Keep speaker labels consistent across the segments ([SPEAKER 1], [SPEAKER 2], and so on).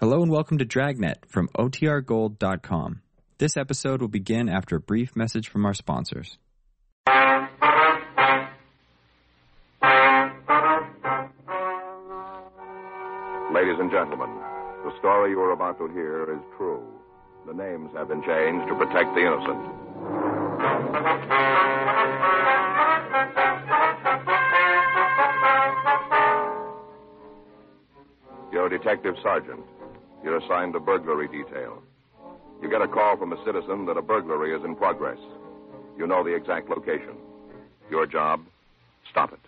[SPEAKER 1] Hello and welcome to Dragnet from OTRGold.com. This episode will begin after a brief message from our sponsors.
[SPEAKER 2] Ladies and gentlemen, the story you are about to hear is true. The names have been changed to protect the innocent. You're a detective sergeant. You're assigned to burglary detail. You get a call from a citizen that a burglary is in progress. You know the exact location. Your job? Stop it.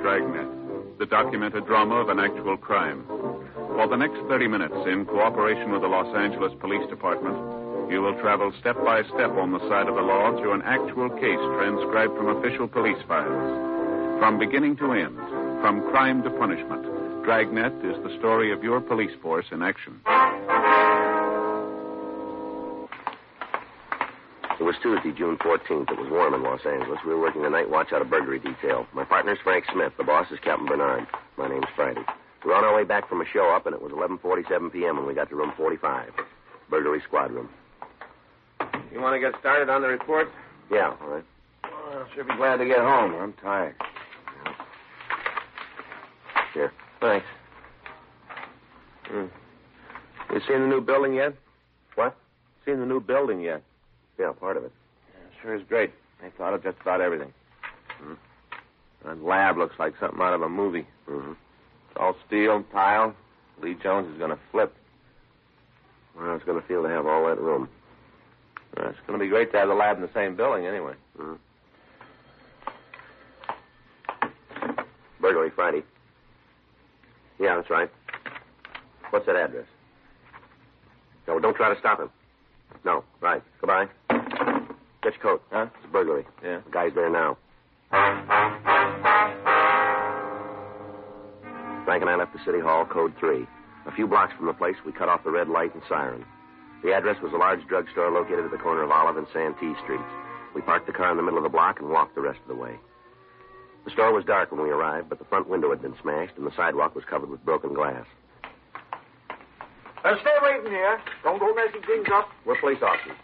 [SPEAKER 3] Dragnet, the documented drama of an actual crime. For the next 30 minutes, in cooperation with the Los Angeles Police Department, you will travel step by step on the side of the law through an actual case transcribed from official police files. From beginning to end, from crime to punishment, Dragnet is the story of your police force in action.
[SPEAKER 4] It was Tuesday, June 14th. It was warm in Los Angeles. We were working the night watch out of burglary detail. My partner's Frank Smith. The boss is Captain Bernard. My name's Friday. We were on our way back from a show-up, and it was 11.47 p.m. when we got to room 45, burglary squad room.
[SPEAKER 5] You want to get started on the report?
[SPEAKER 4] Yeah, all right.
[SPEAKER 5] Oh, I should be glad to get home. I'm tired.
[SPEAKER 4] Here. Thanks.
[SPEAKER 5] Hmm. You seen the new building yet?
[SPEAKER 4] What?
[SPEAKER 5] Seen the new building yet?
[SPEAKER 4] Yeah, part of it.
[SPEAKER 5] sure is great. They thought of just about everything. Hmm. That lab looks like something out of a movie.
[SPEAKER 4] Mhm.
[SPEAKER 5] It's all steel, tile. Lee Jones is going to flip.
[SPEAKER 4] Well, it's going to feel to have all that room.
[SPEAKER 5] Uh, it's going to be great to have the lab in the same building, anyway.
[SPEAKER 4] Mm-hmm. Burglary Friday. Yeah, that's right. What's that address? No, don't try to stop him. No, right. Goodbye. Get your coat.
[SPEAKER 5] Huh?
[SPEAKER 4] It's burglary.
[SPEAKER 5] Yeah.
[SPEAKER 4] The guy's there now. Frank and I left the city hall, code three. A few blocks from the place, we cut off the red light and siren. The address was a large drugstore located at the corner of Olive and Santee Streets. We parked the car in the middle of the block and walked the rest of the way. The store was dark when we arrived, but the front window had been smashed and the sidewalk was covered with broken glass.
[SPEAKER 6] Uh, stay waiting here. Don't go messing things up.
[SPEAKER 4] We're police officers.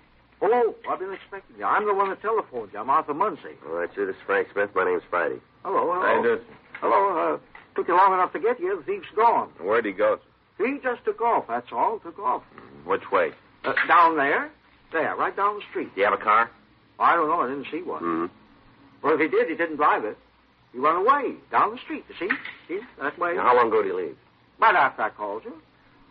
[SPEAKER 6] Oh, I've been expecting you. I'm the one that telephoned you. I'm Arthur Munsey.
[SPEAKER 4] All right, sir. This is Frank Smith. My name's Friday.
[SPEAKER 6] Hello, hello.
[SPEAKER 5] Hey, dude.
[SPEAKER 6] Hello. Uh, took you long enough to get here. The thief's gone.
[SPEAKER 5] Where'd he go?
[SPEAKER 6] He just took off. That's all. Took off.
[SPEAKER 5] Which way?
[SPEAKER 6] Uh, down there. There, right down the street.
[SPEAKER 4] Do you have a car?
[SPEAKER 6] I don't know. I didn't see one.
[SPEAKER 4] Mm-hmm.
[SPEAKER 6] Well, if he did, he didn't drive it. He went away down the street. You see? See that way.
[SPEAKER 4] Now, how long ago did he leave?
[SPEAKER 6] Right after I called you,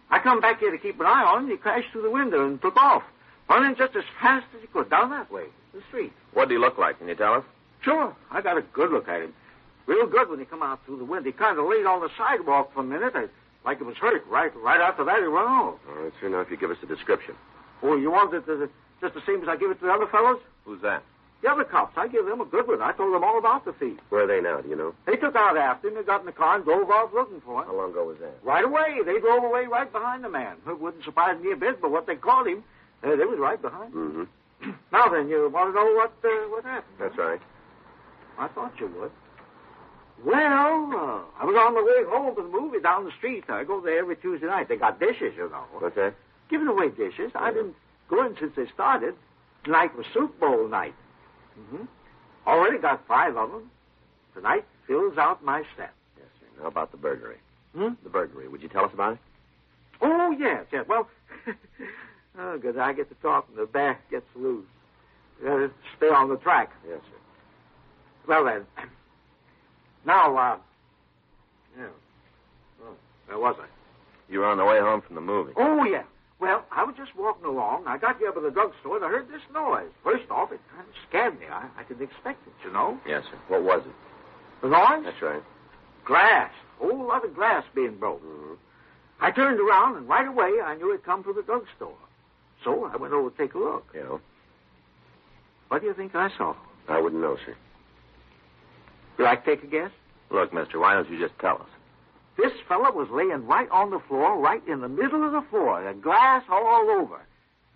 [SPEAKER 6] I come back here to keep an eye on him. He crashed through the window and took off, running just as fast as he could down that way, the street.
[SPEAKER 5] What'd he look like? Can you tell us?
[SPEAKER 6] Sure. I got a good look at him. Real good when he come out through the window. He kind of laid on the sidewalk for a minute, uh, like he was hurt. Right right after that, he ran off.
[SPEAKER 4] All right, sir. Now, if you give us a description.
[SPEAKER 6] Oh, you want it to, just the same as I give it to the other fellows?
[SPEAKER 5] Who's that?
[SPEAKER 6] The other cops, I give them a good one. I told them all about the thief.
[SPEAKER 4] Where are they now? Do you know?
[SPEAKER 6] They took out after him. They got in the car and drove off looking for him.
[SPEAKER 4] How long ago was that?
[SPEAKER 6] Right away, they drove away right behind the man. It wouldn't surprise me a bit, but what they called him, uh, they was right behind. him.
[SPEAKER 4] Mm-hmm.
[SPEAKER 6] Now then, you want to know what uh, what happened?
[SPEAKER 4] That's right.
[SPEAKER 6] I thought you would. Well, uh, I was on the way home from the movie down the street. I go there every Tuesday night. They got dishes, you know.
[SPEAKER 4] What's that?
[SPEAKER 6] Giving away dishes. I've been going since they started. Tonight was Soup Bowl night. hmm Already got five of them. Tonight fills out my set.
[SPEAKER 4] Yes, sir. Now about the burglary.
[SPEAKER 6] Hmm?
[SPEAKER 4] The burglary. Would you tell us about it?
[SPEAKER 6] Oh, yes, yes. Well, oh, good. I get to talk and the back gets loose. Uh, stay on the track.
[SPEAKER 4] Yes, sir.
[SPEAKER 6] Well, then. Now, uh. Yeah. Oh, where was I?
[SPEAKER 5] You were on the way home from the movie.
[SPEAKER 6] Oh, yeah. Well, I was just walking along. I got here by the drugstore and I heard this noise. First off, it kind of scared me. I, I didn't expect it, you know.
[SPEAKER 5] Yes, sir.
[SPEAKER 4] What was it?
[SPEAKER 6] The noise?
[SPEAKER 4] That's right.
[SPEAKER 6] Glass. Whole lot of glass being broken.
[SPEAKER 4] Mhm.
[SPEAKER 6] I turned around and right away I knew it come from the drugstore. So I went over to take a look.
[SPEAKER 4] Yeah.
[SPEAKER 6] What do you think I saw?
[SPEAKER 4] I wouldn't know, sir.
[SPEAKER 6] You like to take a guess?
[SPEAKER 5] Look, mister, why don't you just tell us?
[SPEAKER 6] This fella was laying right on the floor, right in the middle of the floor, the glass all over.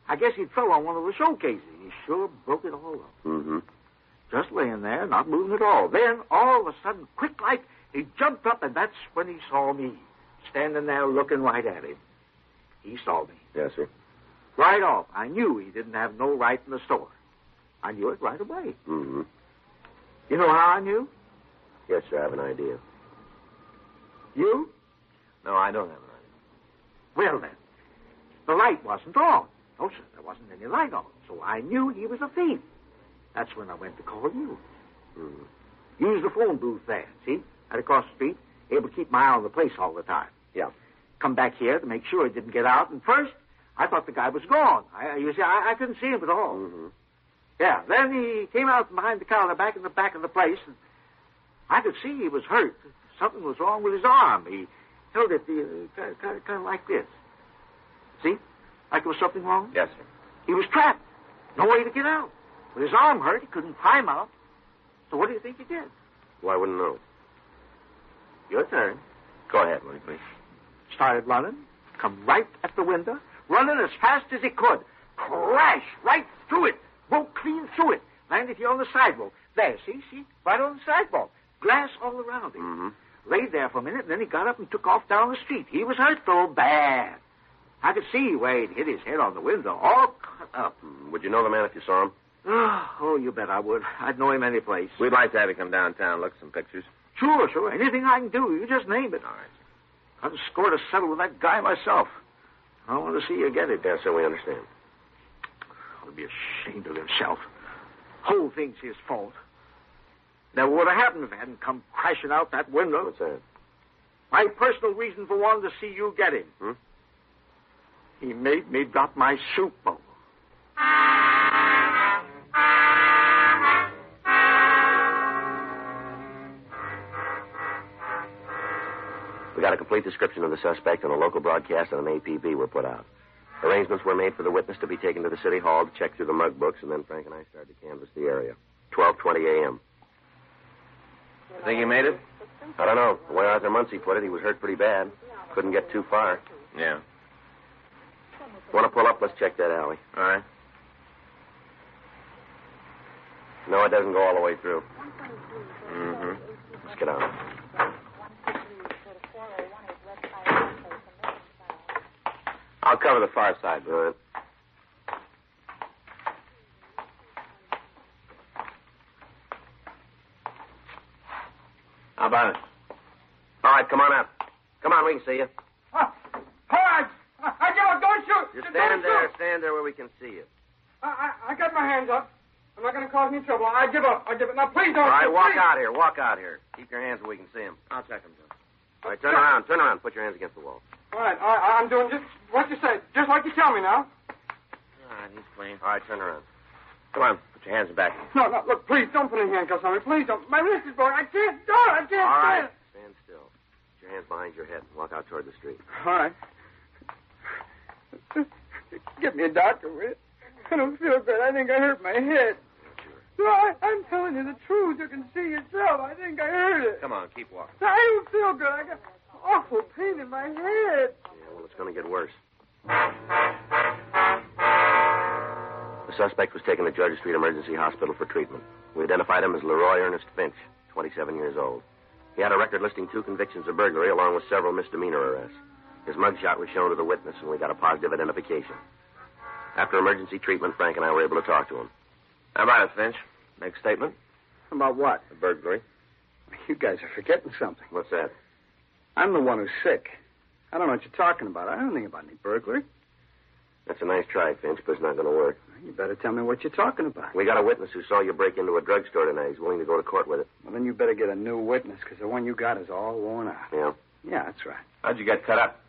[SPEAKER 6] I guess he fell on one of the showcases. He sure broke it all up.
[SPEAKER 4] Mm-hmm.
[SPEAKER 6] Just laying there, not moving at all. Then, all of a sudden, quick like, he jumped up, and that's when he saw me standing there looking right at him. He saw me.
[SPEAKER 4] Yes, sir.
[SPEAKER 6] Right off, I knew he didn't have no right in the store. I knew it right away.
[SPEAKER 4] Mm-hmm.
[SPEAKER 6] You know how I knew?
[SPEAKER 4] Yes, sir, I have an idea.
[SPEAKER 6] You?
[SPEAKER 4] No, I don't have an idea.
[SPEAKER 6] Well, then, the light wasn't on. No, sir, there wasn't any light on. So I knew he was a thief. That's when I went to call you. Hmm.
[SPEAKER 4] Mm.
[SPEAKER 6] Use the phone booth there, see? Right across the street. Able to keep my eye on the place all the time.
[SPEAKER 4] Yeah.
[SPEAKER 6] Come back here to make sure he didn't get out. And first, I thought the guy was gone. I, you see, I, I couldn't see him at all.
[SPEAKER 4] Mm-hmm.
[SPEAKER 6] Yeah, then he came out from behind the counter, back in the back of the place, and I could see he was hurt. Something was wrong with his arm. He held it the, uh, kind, of, kind of like this. See? Like there was something wrong.
[SPEAKER 4] Yes, sir.
[SPEAKER 6] He was trapped. No way to get out. With his arm hurt, he couldn't climb out. So what do you think he did?
[SPEAKER 4] Well, I wouldn't know.
[SPEAKER 6] Your turn.
[SPEAKER 4] Go ahead, Woody, please.
[SPEAKER 6] Started running, come right at the window, running as fast as he could. Crash right through it. Broke clean through it. Landed here on the sidewalk. There, see, see? Right on the sidewalk. Glass all around him.
[SPEAKER 4] Mm-hmm.
[SPEAKER 6] Laid there for a minute, and then he got up and took off down the street. He was hurt, though, bad. I could see where he'd hit his head on the window, all cut up.
[SPEAKER 4] Would you know the man if you saw him?
[SPEAKER 6] Oh, you bet I would. I'd know him any place.
[SPEAKER 5] We'd like to have you come downtown, look at some pictures.
[SPEAKER 6] Sure, sure. Anything I can do, you just name it.
[SPEAKER 5] All right.
[SPEAKER 6] I've a score to settle with that guy myself. I want to see you get it.
[SPEAKER 4] Yes, sir, we understand.
[SPEAKER 6] He'll be ashamed of himself. Whole thing's his fault. Never would have happened if I hadn't come crashing out that window.
[SPEAKER 4] What's that?
[SPEAKER 6] My personal reason for wanting to see you get him.
[SPEAKER 4] Hmm?
[SPEAKER 6] He made me drop my soup bowl.
[SPEAKER 4] We got a complete description of the suspect, and a local broadcast and an APB were put out. Arrangements were made for the witness to be taken to the city hall to check through the mug books, and then Frank and I started to canvass the area. 12:20 a.m.
[SPEAKER 5] Think he made it?
[SPEAKER 4] I don't know. The way Arthur Muncie put it, he was hurt pretty bad. Couldn't get too far.
[SPEAKER 5] Yeah.
[SPEAKER 4] Want to pull up? Let's check that alley.
[SPEAKER 5] All right.
[SPEAKER 4] No, it doesn't go all the way through.
[SPEAKER 5] Mm-hmm.
[SPEAKER 4] Let's get out.
[SPEAKER 5] I'll cover the far side.
[SPEAKER 4] Good.
[SPEAKER 5] How about it?
[SPEAKER 4] All right, come on out. Come on, we can see you.
[SPEAKER 7] Ah, Hodge! I, I got a don't shoot!
[SPEAKER 4] Just
[SPEAKER 7] Don't
[SPEAKER 4] stand
[SPEAKER 7] shoot!
[SPEAKER 4] there. Stand there where we can see you.
[SPEAKER 7] I, I, I got my hands up. I'm not going to cause any trouble. I give up. I give up. Now, please don't
[SPEAKER 4] All right,
[SPEAKER 7] shoot.
[SPEAKER 4] walk
[SPEAKER 7] please.
[SPEAKER 4] out here. Walk out here. Keep your hands where we can see them.
[SPEAKER 5] I'll check him, Joe.
[SPEAKER 4] All right, turn around. Turn around. Put your hands against the wall.
[SPEAKER 7] All right, all right. I'm doing just what you say, just like you tell me now.
[SPEAKER 5] All
[SPEAKER 4] Ah,
[SPEAKER 5] right, he's clean.
[SPEAKER 4] All right, turn around. Come on. Put your hands back.
[SPEAKER 7] No, no, look, please don't put any handcuffs on me. Please don't. My wrist is broken. I can't do it. I can't do
[SPEAKER 4] All right.
[SPEAKER 7] it.
[SPEAKER 4] Stand still. Put your hands behind your head. and Walk out toward the street.
[SPEAKER 7] All right. Get me a doctor, will you? I don't feel good. I think I hurt my head. No, I, I'm telling you the truth. You can see yourself. I think I hurt it.
[SPEAKER 5] Come on, keep walking.
[SPEAKER 7] I don't feel good. I got awful pain in my head.
[SPEAKER 4] Yeah, well, it's going to get worse. The suspect was taken to Georgia Street Emergency Hospital for treatment. We identified him as Leroy Ernest Finch, 27 years old. He had a record listing two convictions of burglary along with several misdemeanor arrests. His mugshot was shown to the witness, and we got a positive identification. After emergency treatment, Frank and I were able to talk to him.
[SPEAKER 5] How about it, Finch? Make a statement?
[SPEAKER 8] About what?
[SPEAKER 5] The burglary.
[SPEAKER 8] You guys are forgetting something.
[SPEAKER 4] What's that?
[SPEAKER 8] I'm the one who's sick. I don't know what you're talking about. I don't know anything about any burglary.
[SPEAKER 4] That's a nice try, Finch, but it's not going to work.
[SPEAKER 8] You better tell me what you're talking about.
[SPEAKER 4] We got a witness who saw you break into a drugstore tonight. He's willing to go to court with it.
[SPEAKER 8] Well, then you better get a new witness, because the one you got is all worn out.
[SPEAKER 4] Yeah.
[SPEAKER 8] Yeah, that's right.
[SPEAKER 5] How'd you get cut up?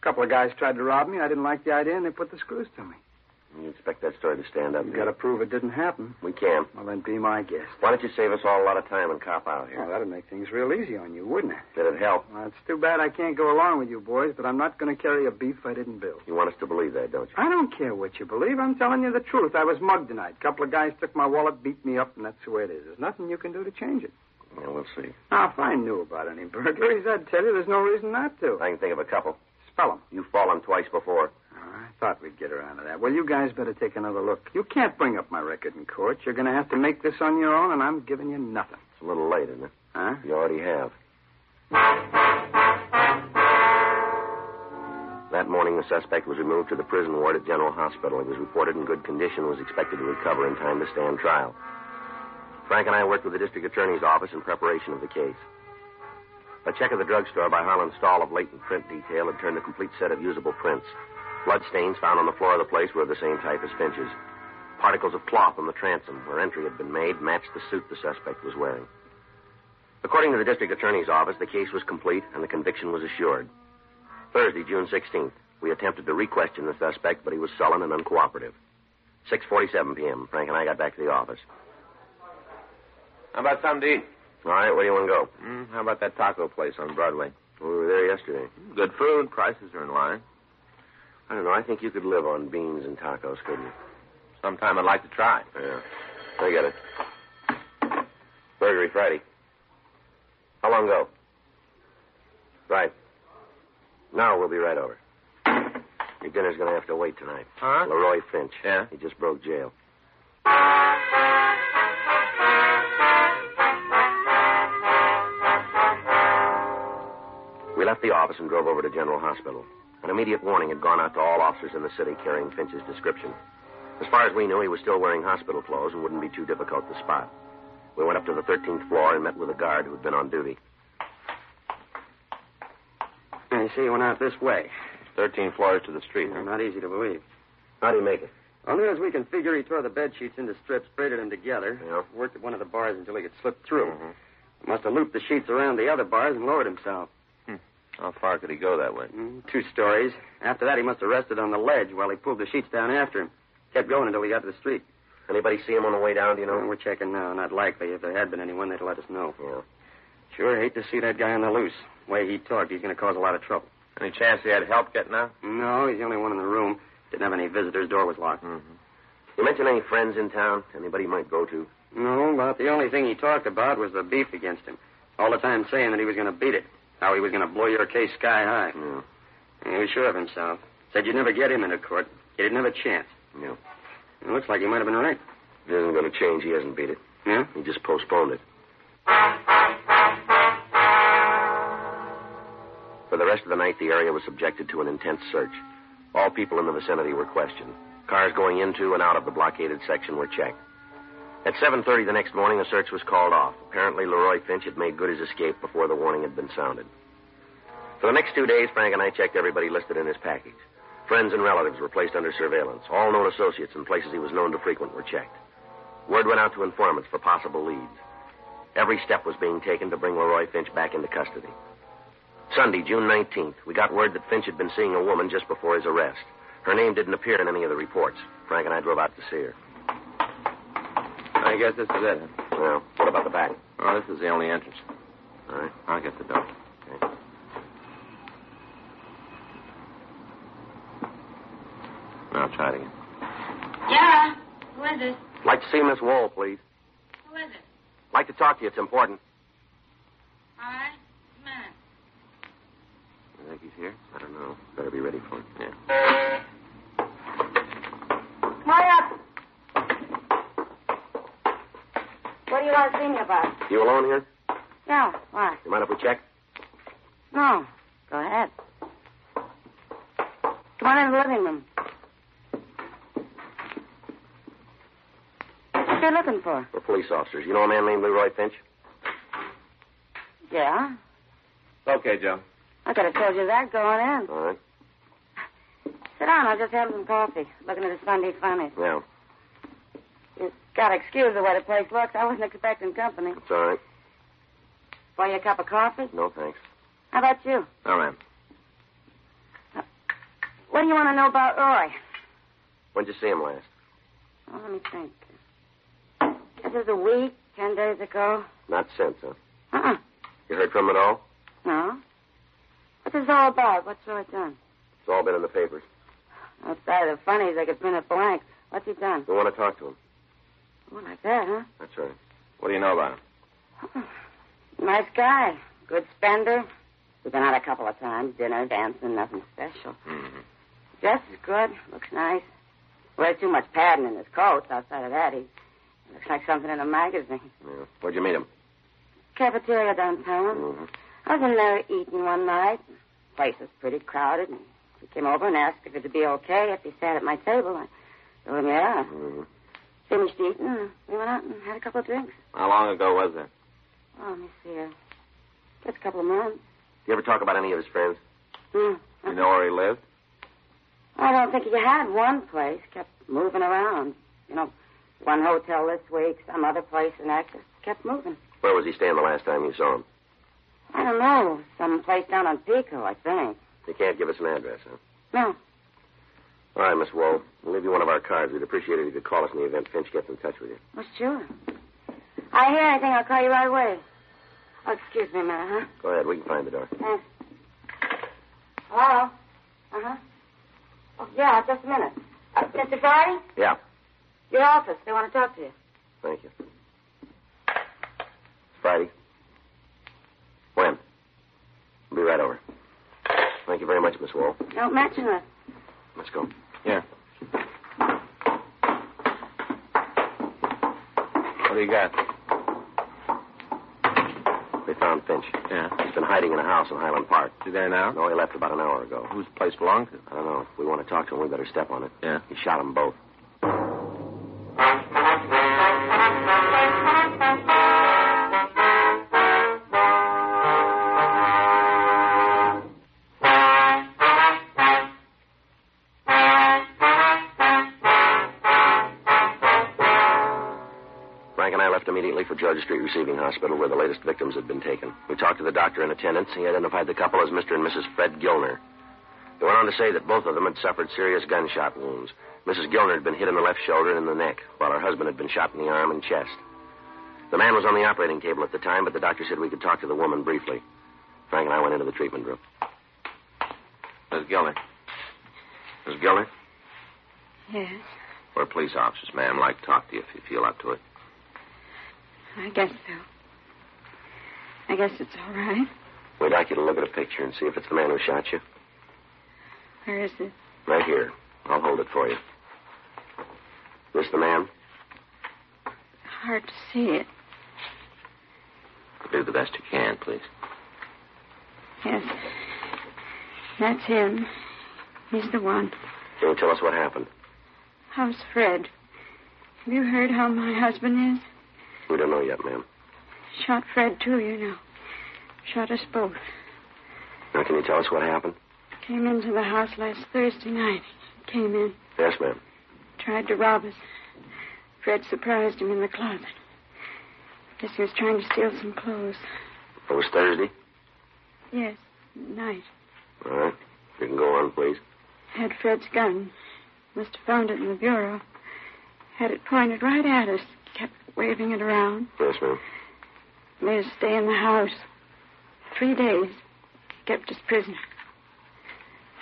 [SPEAKER 8] A couple of guys tried to rob me. I didn't like the idea, and they put the screws to me.
[SPEAKER 4] You expect that story to stand up?
[SPEAKER 8] You
[SPEAKER 4] do
[SPEAKER 8] got to prove it didn't happen.
[SPEAKER 4] We can.
[SPEAKER 8] Well, then be my guest.
[SPEAKER 4] Why don't you save us all a lot of time and cop out here?
[SPEAKER 8] Well, that'd make things real easy on you, wouldn't it?
[SPEAKER 4] Did it help?
[SPEAKER 8] Well, it's too bad I can't go along with you boys, but I'm not going to carry a beef I didn't build.
[SPEAKER 4] You want us to believe that, don't you?
[SPEAKER 8] I don't care what you believe. I'm telling you the truth. I was mugged tonight. A couple of guys took my wallet, beat me up, and that's the way it is. There's nothing you can do to change it.
[SPEAKER 4] Yeah, we'll see.
[SPEAKER 8] Now, if I knew about any burglaries, I'd tell you there's no reason not to.
[SPEAKER 4] I can think of a couple.
[SPEAKER 8] Spell 'em.
[SPEAKER 4] You've fallen twice before.
[SPEAKER 8] All right. thought we'd get around to that. Well, you guys better take another look. You can't bring up my record in court. You're going to have to make this on your own, and I'm giving you nothing.
[SPEAKER 4] It's a little late, isn't it?
[SPEAKER 8] Huh?
[SPEAKER 4] You already have. That morning, the suspect was removed to the prison ward at General Hospital. He was reported in good condition and was expected to recover in time to stand trial. Frank and I worked with the district attorney's office in preparation of the case. A check of the drugstore by Harlan Stahl of latent print detail had turned a complete set of usable prints. Bloodstains found on the floor of the place were of the same type as Finch's. Particles of cloth on the transom where entry had been made matched the suit the suspect was wearing. According to the district attorney's office, the case was complete and the conviction was assured. Thursday, June 16th, we attempted to re-question the suspect, but he was sullen and uncooperative. 6.47 p.m., Frank and I got back to the office.
[SPEAKER 5] How about something to eat?
[SPEAKER 4] All right, where do you want to go?
[SPEAKER 5] Mm, how about that taco place on Broadway?
[SPEAKER 4] We were there yesterday.
[SPEAKER 5] Good food. Prices are in line.
[SPEAKER 4] I don't know. I think you could live on beans and tacos, couldn't you?
[SPEAKER 5] Sometime I'd like to try.
[SPEAKER 4] Yeah. I get it. Burgery Friday. How long ago? Right. Now we'll be right over. Your dinner's going to have to wait tonight.
[SPEAKER 5] Huh?
[SPEAKER 4] Leroy Finch.
[SPEAKER 5] Yeah?
[SPEAKER 4] He just broke jail. We left the office and drove over to General Hospital. An immediate warning had gone out to all officers in the city carrying Finch's description. As far as we knew, he was still wearing hospital clothes and wouldn't be too difficult to spot. We went up to the 13th floor and met with a guard who'd been on duty.
[SPEAKER 9] I see you went out this way.
[SPEAKER 5] 13 floors to the street. huh?
[SPEAKER 9] Not easy to believe.
[SPEAKER 4] How'd he make it?
[SPEAKER 9] Only as we can figure, he tore the bed sheets into strips, braided them together,
[SPEAKER 4] Yeah. Mm-hmm.
[SPEAKER 9] worked at one of the bars until he could slip through. Must have looped the sheets around the other bars and lowered himself.
[SPEAKER 5] How far could he go that way?
[SPEAKER 9] Mm, two stories. After that, he must have rested on the ledge while he pulled the sheets down after him. Kept going until he got to the street.
[SPEAKER 4] Anybody see him on the way down, do you know?
[SPEAKER 9] Well, we're checking now. Not likely. If there had been anyone, they'd let us know.
[SPEAKER 4] Yeah.
[SPEAKER 9] Sure, hate to see that guy on the loose. Way he talked, he's going to cause a lot of trouble.
[SPEAKER 5] Any chance he had help getting out?
[SPEAKER 9] No, he's the only one in the room. Didn't have any visitors. Door was locked.
[SPEAKER 4] You mention any friends in town? Anybody you might go to?
[SPEAKER 9] No, about the only thing he talked about was the beef against him. All the time saying that he was going to beat it, how he was going to blow your case sky high.
[SPEAKER 4] Yeah.
[SPEAKER 9] And he was sure of himself. Said you'd never get him into court. You didn't have a chance.
[SPEAKER 4] Yeah.
[SPEAKER 9] It looks like he might have been right.
[SPEAKER 4] It isn't going to change. He hasn't beat it.
[SPEAKER 9] Yeah?
[SPEAKER 4] He just postponed it. For the rest of the night, the area was subjected to an intense search. All people in the vicinity were questioned. Cars going into and out of the blockaded section were checked. At 7:30 the next morning, the search was called off. Apparently, Leroy Finch had made good his escape before the warning had been sounded. For the next two days, Frank and I checked everybody listed in his package. Friends and relatives were placed under surveillance. All known associates and places he was known to frequent were checked. Word went out to informants for possible leads. Every step was being taken to bring Leroy Finch back into custody. Sunday, June 19th, we got word that Finch had been seeing a woman just before his arrest. Her name didn't appear in any of the reports. Frank and I drove out to see her.
[SPEAKER 5] I guess this is it. huh?
[SPEAKER 4] Well, what about the back?
[SPEAKER 5] Well, this is the only entrance.
[SPEAKER 4] All right.
[SPEAKER 5] I'll get the door. Now try it again.
[SPEAKER 10] Yeah. Who is it?
[SPEAKER 4] Like to see Miss Wall, please.
[SPEAKER 10] Who is it?
[SPEAKER 4] Like to talk to you. It's important.
[SPEAKER 10] All right. Come on.
[SPEAKER 5] You think he's here?
[SPEAKER 4] I don't know. Better be ready for it.
[SPEAKER 5] Yeah.
[SPEAKER 10] Come on up. What do you want to see me about?
[SPEAKER 4] You alone here?
[SPEAKER 10] No. Why?
[SPEAKER 4] You mind if we check?
[SPEAKER 10] No. Go ahead. Come on in the living room. What you looking for?
[SPEAKER 4] We're police officers. You know a man named Leroy Finch?
[SPEAKER 10] Yeah.
[SPEAKER 5] Okay, Joe.
[SPEAKER 10] I could have told you that going in.
[SPEAKER 4] All right.
[SPEAKER 10] Sit down. I'll just have some coffee. Looking at the Sunday funnies.
[SPEAKER 4] Yeah.
[SPEAKER 10] You gotta excuse the way the place looks. I wasn't expecting company.
[SPEAKER 4] It's all right.
[SPEAKER 10] Buy you a cup of coffee?
[SPEAKER 4] No, thanks.
[SPEAKER 10] How about you?
[SPEAKER 5] All right.
[SPEAKER 10] What do you want to know about Roy?
[SPEAKER 4] When'd you see him last?
[SPEAKER 10] Well, Oh, let me think. This is a week, ten days ago.
[SPEAKER 4] Not since, huh?
[SPEAKER 10] Uh-uh.
[SPEAKER 4] You heard from him at all?
[SPEAKER 10] No. What's this all about? What's Roy done?
[SPEAKER 4] It's all been in the papers.
[SPEAKER 10] Outside of the funnies, I could print a blank. What's he done?
[SPEAKER 4] We want to talk to him.
[SPEAKER 10] Oh, like that, huh?
[SPEAKER 4] That's right.
[SPEAKER 5] What do you know about him?
[SPEAKER 10] Nice guy. Good spender. We've been out a couple of times. Dinner, dancing, nothing special. Dress is good. Looks nice. Wears too much padding in his coat. Outside of that, he looks like something in a magazine.
[SPEAKER 4] Yeah. Where'd you meet him? Mm-hmm.
[SPEAKER 10] Cafeteria downtown. I was in there eating one night. Place was pretty crowded. And he came over and asked if it'd be okay if he sat at my table. I told him yeah. Finished eating. and We went out and had a couple of drinks.
[SPEAKER 4] How long ago was that?
[SPEAKER 10] Oh, let me see. Uh, just a couple of months.
[SPEAKER 4] You ever talk about any of his friends?
[SPEAKER 10] Hmm.
[SPEAKER 4] You know where he lived?
[SPEAKER 10] I don't think he had one place. Kept moving around. You know, one hotel this week, some other place, and that just kept moving.
[SPEAKER 4] Where was he staying the last time you saw him?
[SPEAKER 10] I don't know. Some place down on Pico, I think.
[SPEAKER 4] They can't give us an address, huh?
[SPEAKER 10] No.
[SPEAKER 4] All right, Miss Wall. We'll leave you one of our cards. We'd appreciate it if you could call us in the event Finch gets in touch with you.
[SPEAKER 10] Well, sure. I hear anything, I'll call you right away. Oh, excuse me a minute, huh?
[SPEAKER 4] Go ahead. We can find the door.
[SPEAKER 10] Thanks. Hello? Uh-huh. Oh, yeah, just a minute. Uh, Mr. Gardy?
[SPEAKER 4] Yeah.
[SPEAKER 10] Your office. They want to talk to you.
[SPEAKER 4] Thank you. It's Friday. When? I'll be right over. Thank you very much, Miss Wall.
[SPEAKER 10] Don't mention it.
[SPEAKER 4] Let's go.
[SPEAKER 5] What do you got?
[SPEAKER 4] They found Finch.
[SPEAKER 5] Yeah.
[SPEAKER 4] He's been hiding in a house in Highland Park.
[SPEAKER 5] You there now?
[SPEAKER 4] No, he left about an hour ago.
[SPEAKER 5] Whose place belonged to?
[SPEAKER 4] I don't know. If we want to talk to him, we better step on it.
[SPEAKER 5] Yeah.
[SPEAKER 4] He shot them both. Frank and I left immediately for Georgia Street Receiving Hospital, where the latest victims had been taken. We talked to the doctor in attendance. He identified the couple as Mr. and Mrs. Fred Gilner. He went on to say that both of them had suffered serious gunshot wounds. Mrs. Gilner had been hit in the left shoulder and in the neck, while her husband had been shot in the arm and chest. The man was on the operating table at the time, but the doctor said we could talk to the woman briefly. Frank and I went into the treatment room.
[SPEAKER 5] Miss Gilner. Miss Gilner?
[SPEAKER 11] Yes,
[SPEAKER 5] We're police officers, ma'am. Like to talk to you if you feel up to it.
[SPEAKER 11] I guess so. I guess it's all right.
[SPEAKER 4] We'd like you to look at a picture and see if it's the man who shot you.
[SPEAKER 11] Where is it?
[SPEAKER 4] Right here. I'll hold it for you. This the man?
[SPEAKER 11] Hard to see it.
[SPEAKER 5] Do the best you can, please.
[SPEAKER 11] Yes. That's him. He's the one.
[SPEAKER 4] Can you tell us what happened?
[SPEAKER 11] How's Fred? Have you heard how my husband is?
[SPEAKER 4] We don't know yet, ma'am.
[SPEAKER 11] Shot Fred, too, you know. Shot us both.
[SPEAKER 4] Now, can you tell us what happened?
[SPEAKER 11] Came into the house last Thursday night. Came in,
[SPEAKER 4] Yes, ma'am.
[SPEAKER 11] tried to rob us. Fred surprised him in the closet. Guess he was trying to steal some clothes.
[SPEAKER 4] It was Thursday.
[SPEAKER 11] Yes, night.
[SPEAKER 4] All right. You can go on, please.
[SPEAKER 11] Had Fred's gun. Must have found it in the bureau. Had it pointed right at us. Kept waving it around.
[SPEAKER 4] Yes, ma'am.
[SPEAKER 11] Made us stay in the house. Three days. Kept us prisoner.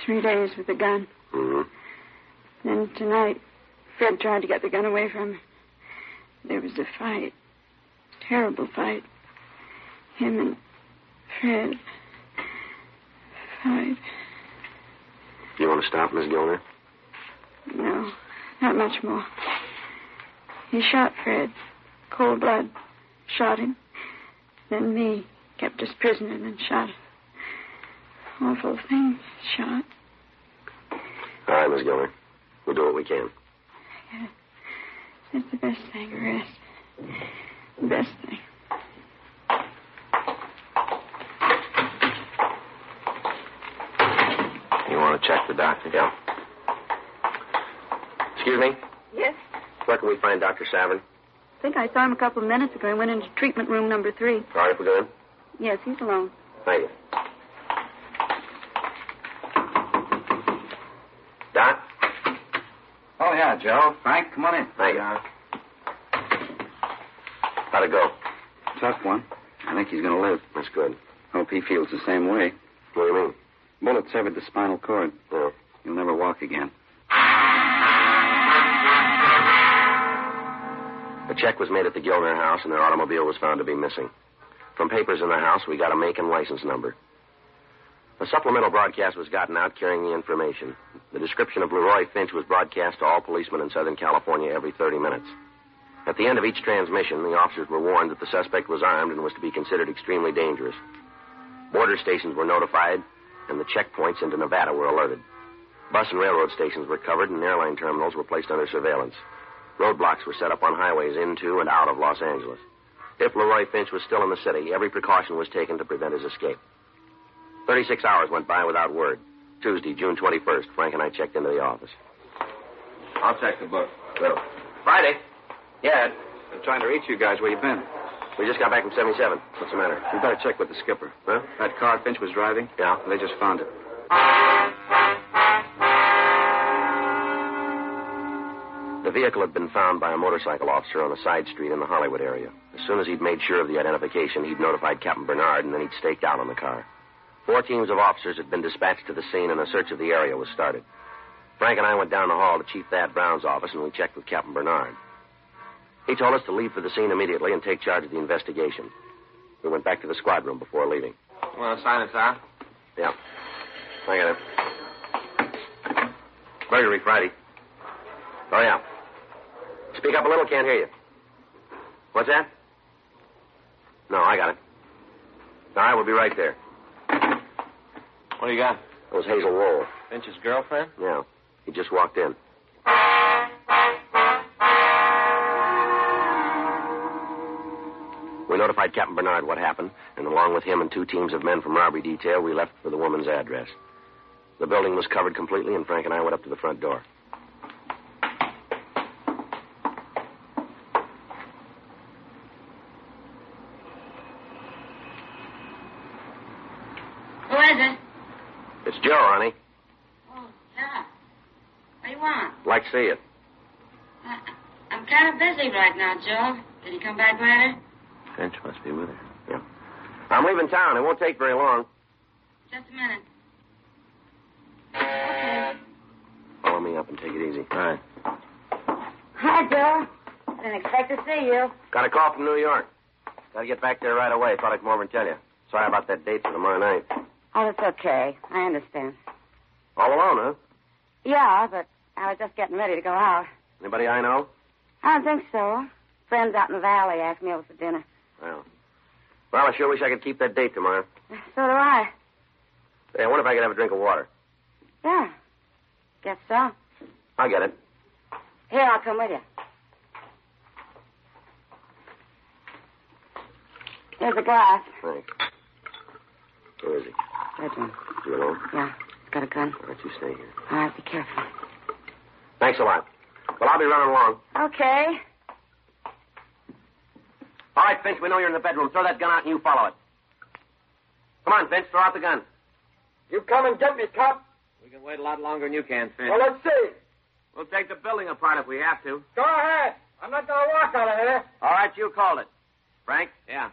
[SPEAKER 11] Three days with the gun.
[SPEAKER 4] Mm-hmm.
[SPEAKER 11] Then tonight, Fred tried to get the gun away from him. There was a fight. Terrible fight. Him and Fred. Fight.
[SPEAKER 4] You want to stop, Miss Gilner?
[SPEAKER 11] No, not much more. He shot Fred. Cold blood. Shot him. Then me. Kept us prisoner, then shot him. Awful thing. Shot.
[SPEAKER 4] All right, Miss Gilner. We'll do what we can.
[SPEAKER 11] That's the best thing, Rest. The best thing.
[SPEAKER 5] You want to check the doctor?
[SPEAKER 4] Yeah. Excuse me?
[SPEAKER 11] Yes?
[SPEAKER 4] Where can we find Dr. Savin?
[SPEAKER 11] I think I saw him a couple of minutes ago. He went into treatment room number three.
[SPEAKER 4] All right, if we go in?
[SPEAKER 11] Yes, he's alone.
[SPEAKER 4] Thank you. Doc?
[SPEAKER 5] Oh, yeah, Joe. Frank, come on in.
[SPEAKER 4] Thank you. How'd it go?
[SPEAKER 5] Tough one. I think he's going to live.
[SPEAKER 4] That's good.
[SPEAKER 5] Hope he feels the same way.
[SPEAKER 4] What do you mean?
[SPEAKER 5] Bullet severed the spinal cord.
[SPEAKER 4] Yeah.
[SPEAKER 5] He'll never walk again.
[SPEAKER 4] A check was made at the Gilner house, and their automobile was found to be missing. From papers in the house, we got a make and license number. A A supplemental broadcast was gotten out carrying the information. The description of Leroy Finch was broadcast to all policemen in Southern California every 30 minutes. At the end of each transmission, the officers were warned that the suspect was armed and was to be considered extremely dangerous. Border stations were notified, and the checkpoints into Nevada were alerted. Bus and railroad stations were covered, and airline terminals were placed under surveillance. Roadblocks were set up on highways into and out of Los Angeles. If Leroy Finch was still in the city, every precaution was taken to prevent his escape. 36 hours went by without word. Tuesday, June 21st, Frank and I checked into the office.
[SPEAKER 5] I'll check the book.
[SPEAKER 4] Well,
[SPEAKER 5] Friday.
[SPEAKER 4] yeah,
[SPEAKER 5] I'm trying to reach you guys. Where you been?
[SPEAKER 4] we just got back from 77. What's the matter?
[SPEAKER 5] You better check with the skipper.
[SPEAKER 4] Huh?
[SPEAKER 5] That car Finch was driving?
[SPEAKER 4] Yeah.
[SPEAKER 5] They just found it.
[SPEAKER 4] The vehicle had been found by a motorcycle officer on a side street in the Hollywood area. As soon as he'd made sure of the identification, he'd notified Captain Bernard, and then he'd staked out on the car. Four teams of officers had been dispatched to the scene, and a search of the area was started. Frank and I went down the hall to Chief Thad Brown's office, and we checked with Captain Bernard. He told us to leave for the scene immediately and take charge of the investigation. We went back to the squad room before leaving.
[SPEAKER 5] You want to sign us out?
[SPEAKER 4] Yeah. I got it. Burglary Friday. Oh, yeah. Speak up a little, can't hear you. What's that? No, I got it. All right, we'll be right there.
[SPEAKER 5] What do you got?
[SPEAKER 4] It was Hazel Roll.
[SPEAKER 5] Finch's girlfriend?
[SPEAKER 4] Yeah. He just walked in. We notified Captain Bernard what happened, and along with him and two teams of men from robbery detail, we left for the woman's address. The building was covered completely, and Frank and I went up to the front door.
[SPEAKER 10] Who is it?
[SPEAKER 4] It's Joe, honey.
[SPEAKER 10] Oh, John. What do you want?
[SPEAKER 4] Like to see you.
[SPEAKER 10] I, I'm kind of busy right now, Joe. Can you come back later?
[SPEAKER 5] Finch must be with her.
[SPEAKER 4] I'm leaving town. It won't take very long.
[SPEAKER 10] Just a minute.
[SPEAKER 4] Follow me up and take it easy.
[SPEAKER 5] All right.
[SPEAKER 10] Hi, Joe. Didn't expect to see you.
[SPEAKER 4] Got a call from New York. Gotta get back there right away. Thought I'd come over and tell you. Sorry about that date for tomorrow night.
[SPEAKER 10] Oh, it's okay. I understand.
[SPEAKER 4] All alone, huh?
[SPEAKER 10] Yeah, but I was just getting ready to go out.
[SPEAKER 4] Anybody I know?
[SPEAKER 10] I don't think so. Friends out in the valley asked me over for dinner.
[SPEAKER 4] Well. Well, I sure wish I could keep that date tomorrow.
[SPEAKER 10] So do I.
[SPEAKER 4] Hey, I wonder if I could have a drink of water.
[SPEAKER 10] Yeah. Guess so.
[SPEAKER 4] I'll get it.
[SPEAKER 10] Here, I'll come with you. Here's a glass.
[SPEAKER 4] Thanks. Where is he?
[SPEAKER 10] Good one.
[SPEAKER 4] You alone?
[SPEAKER 10] Yeah. It's got a gun.
[SPEAKER 4] Why don't you stay here?
[SPEAKER 10] All right, be careful.
[SPEAKER 4] Thanks a lot. Well, I'll be running along.
[SPEAKER 10] Okay.
[SPEAKER 4] All right, Finch, we know you're in the bedroom. Throw that gun out and you follow it. Come on, Finch, throw out the gun.
[SPEAKER 5] You come and get me, cop. We can wait a lot longer than you can, Finch.
[SPEAKER 7] Well, let's see.
[SPEAKER 5] We'll take the building apart if we have to.
[SPEAKER 7] Go ahead. I'm not going to walk out of here.
[SPEAKER 4] All right, you called it. Frank,
[SPEAKER 5] Yeah.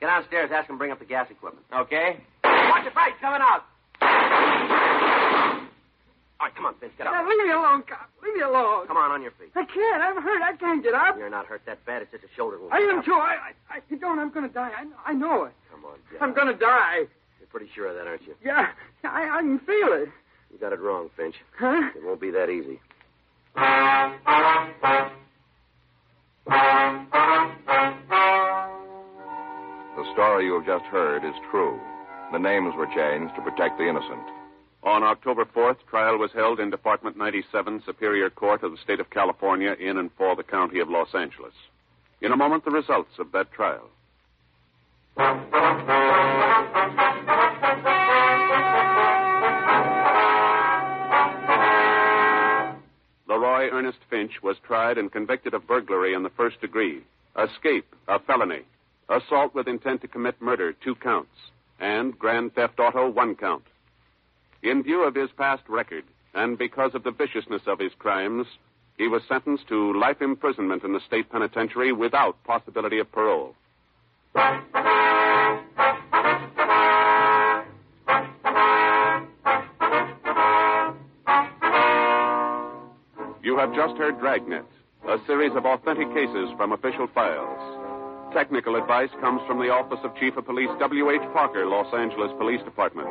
[SPEAKER 4] get downstairs. Ask him to bring up the gas equipment.
[SPEAKER 5] Okay.
[SPEAKER 4] Watch your face coming out. All right, come on, Vince, get
[SPEAKER 7] Now,
[SPEAKER 4] up.
[SPEAKER 7] leave me alone, cop. Leave me alone.
[SPEAKER 4] Come on, on your feet.
[SPEAKER 7] I can't. I'm hurt. I can't get up.
[SPEAKER 4] You're not hurt that bad. It's just a shoulder wound.
[SPEAKER 7] I am
[SPEAKER 4] Up.
[SPEAKER 7] too. I, I, I you don't. I'm going to die. I, I know it.
[SPEAKER 4] Come on, get
[SPEAKER 7] I'm
[SPEAKER 4] up.
[SPEAKER 7] going to die.
[SPEAKER 4] You're pretty sure of that, aren't you?
[SPEAKER 7] Yeah, I, I can feel it.
[SPEAKER 4] You got it wrong, Finch.
[SPEAKER 7] Huh?
[SPEAKER 4] It won't be that easy.
[SPEAKER 2] The story you have just heard is true. The names were changed to protect the innocent.
[SPEAKER 3] On October 4th, trial was held in Department 97, Superior Court of the State of California, in and for the County of Los Angeles. In a moment, the results of that trial. Leroy Ernest Finch was tried and convicted of burglary in the first degree, escape, a felony, assault with intent to commit murder, two counts, and grand theft auto, one count. In view of his past record, and because of the viciousness of his crimes, he was sentenced to life imprisonment in the state penitentiary without possibility of parole. You have just heard Dragnet, a series of authentic cases from official files. Technical advice comes from the Office of Chief of Police W.H. Parker, Los Angeles Police Department.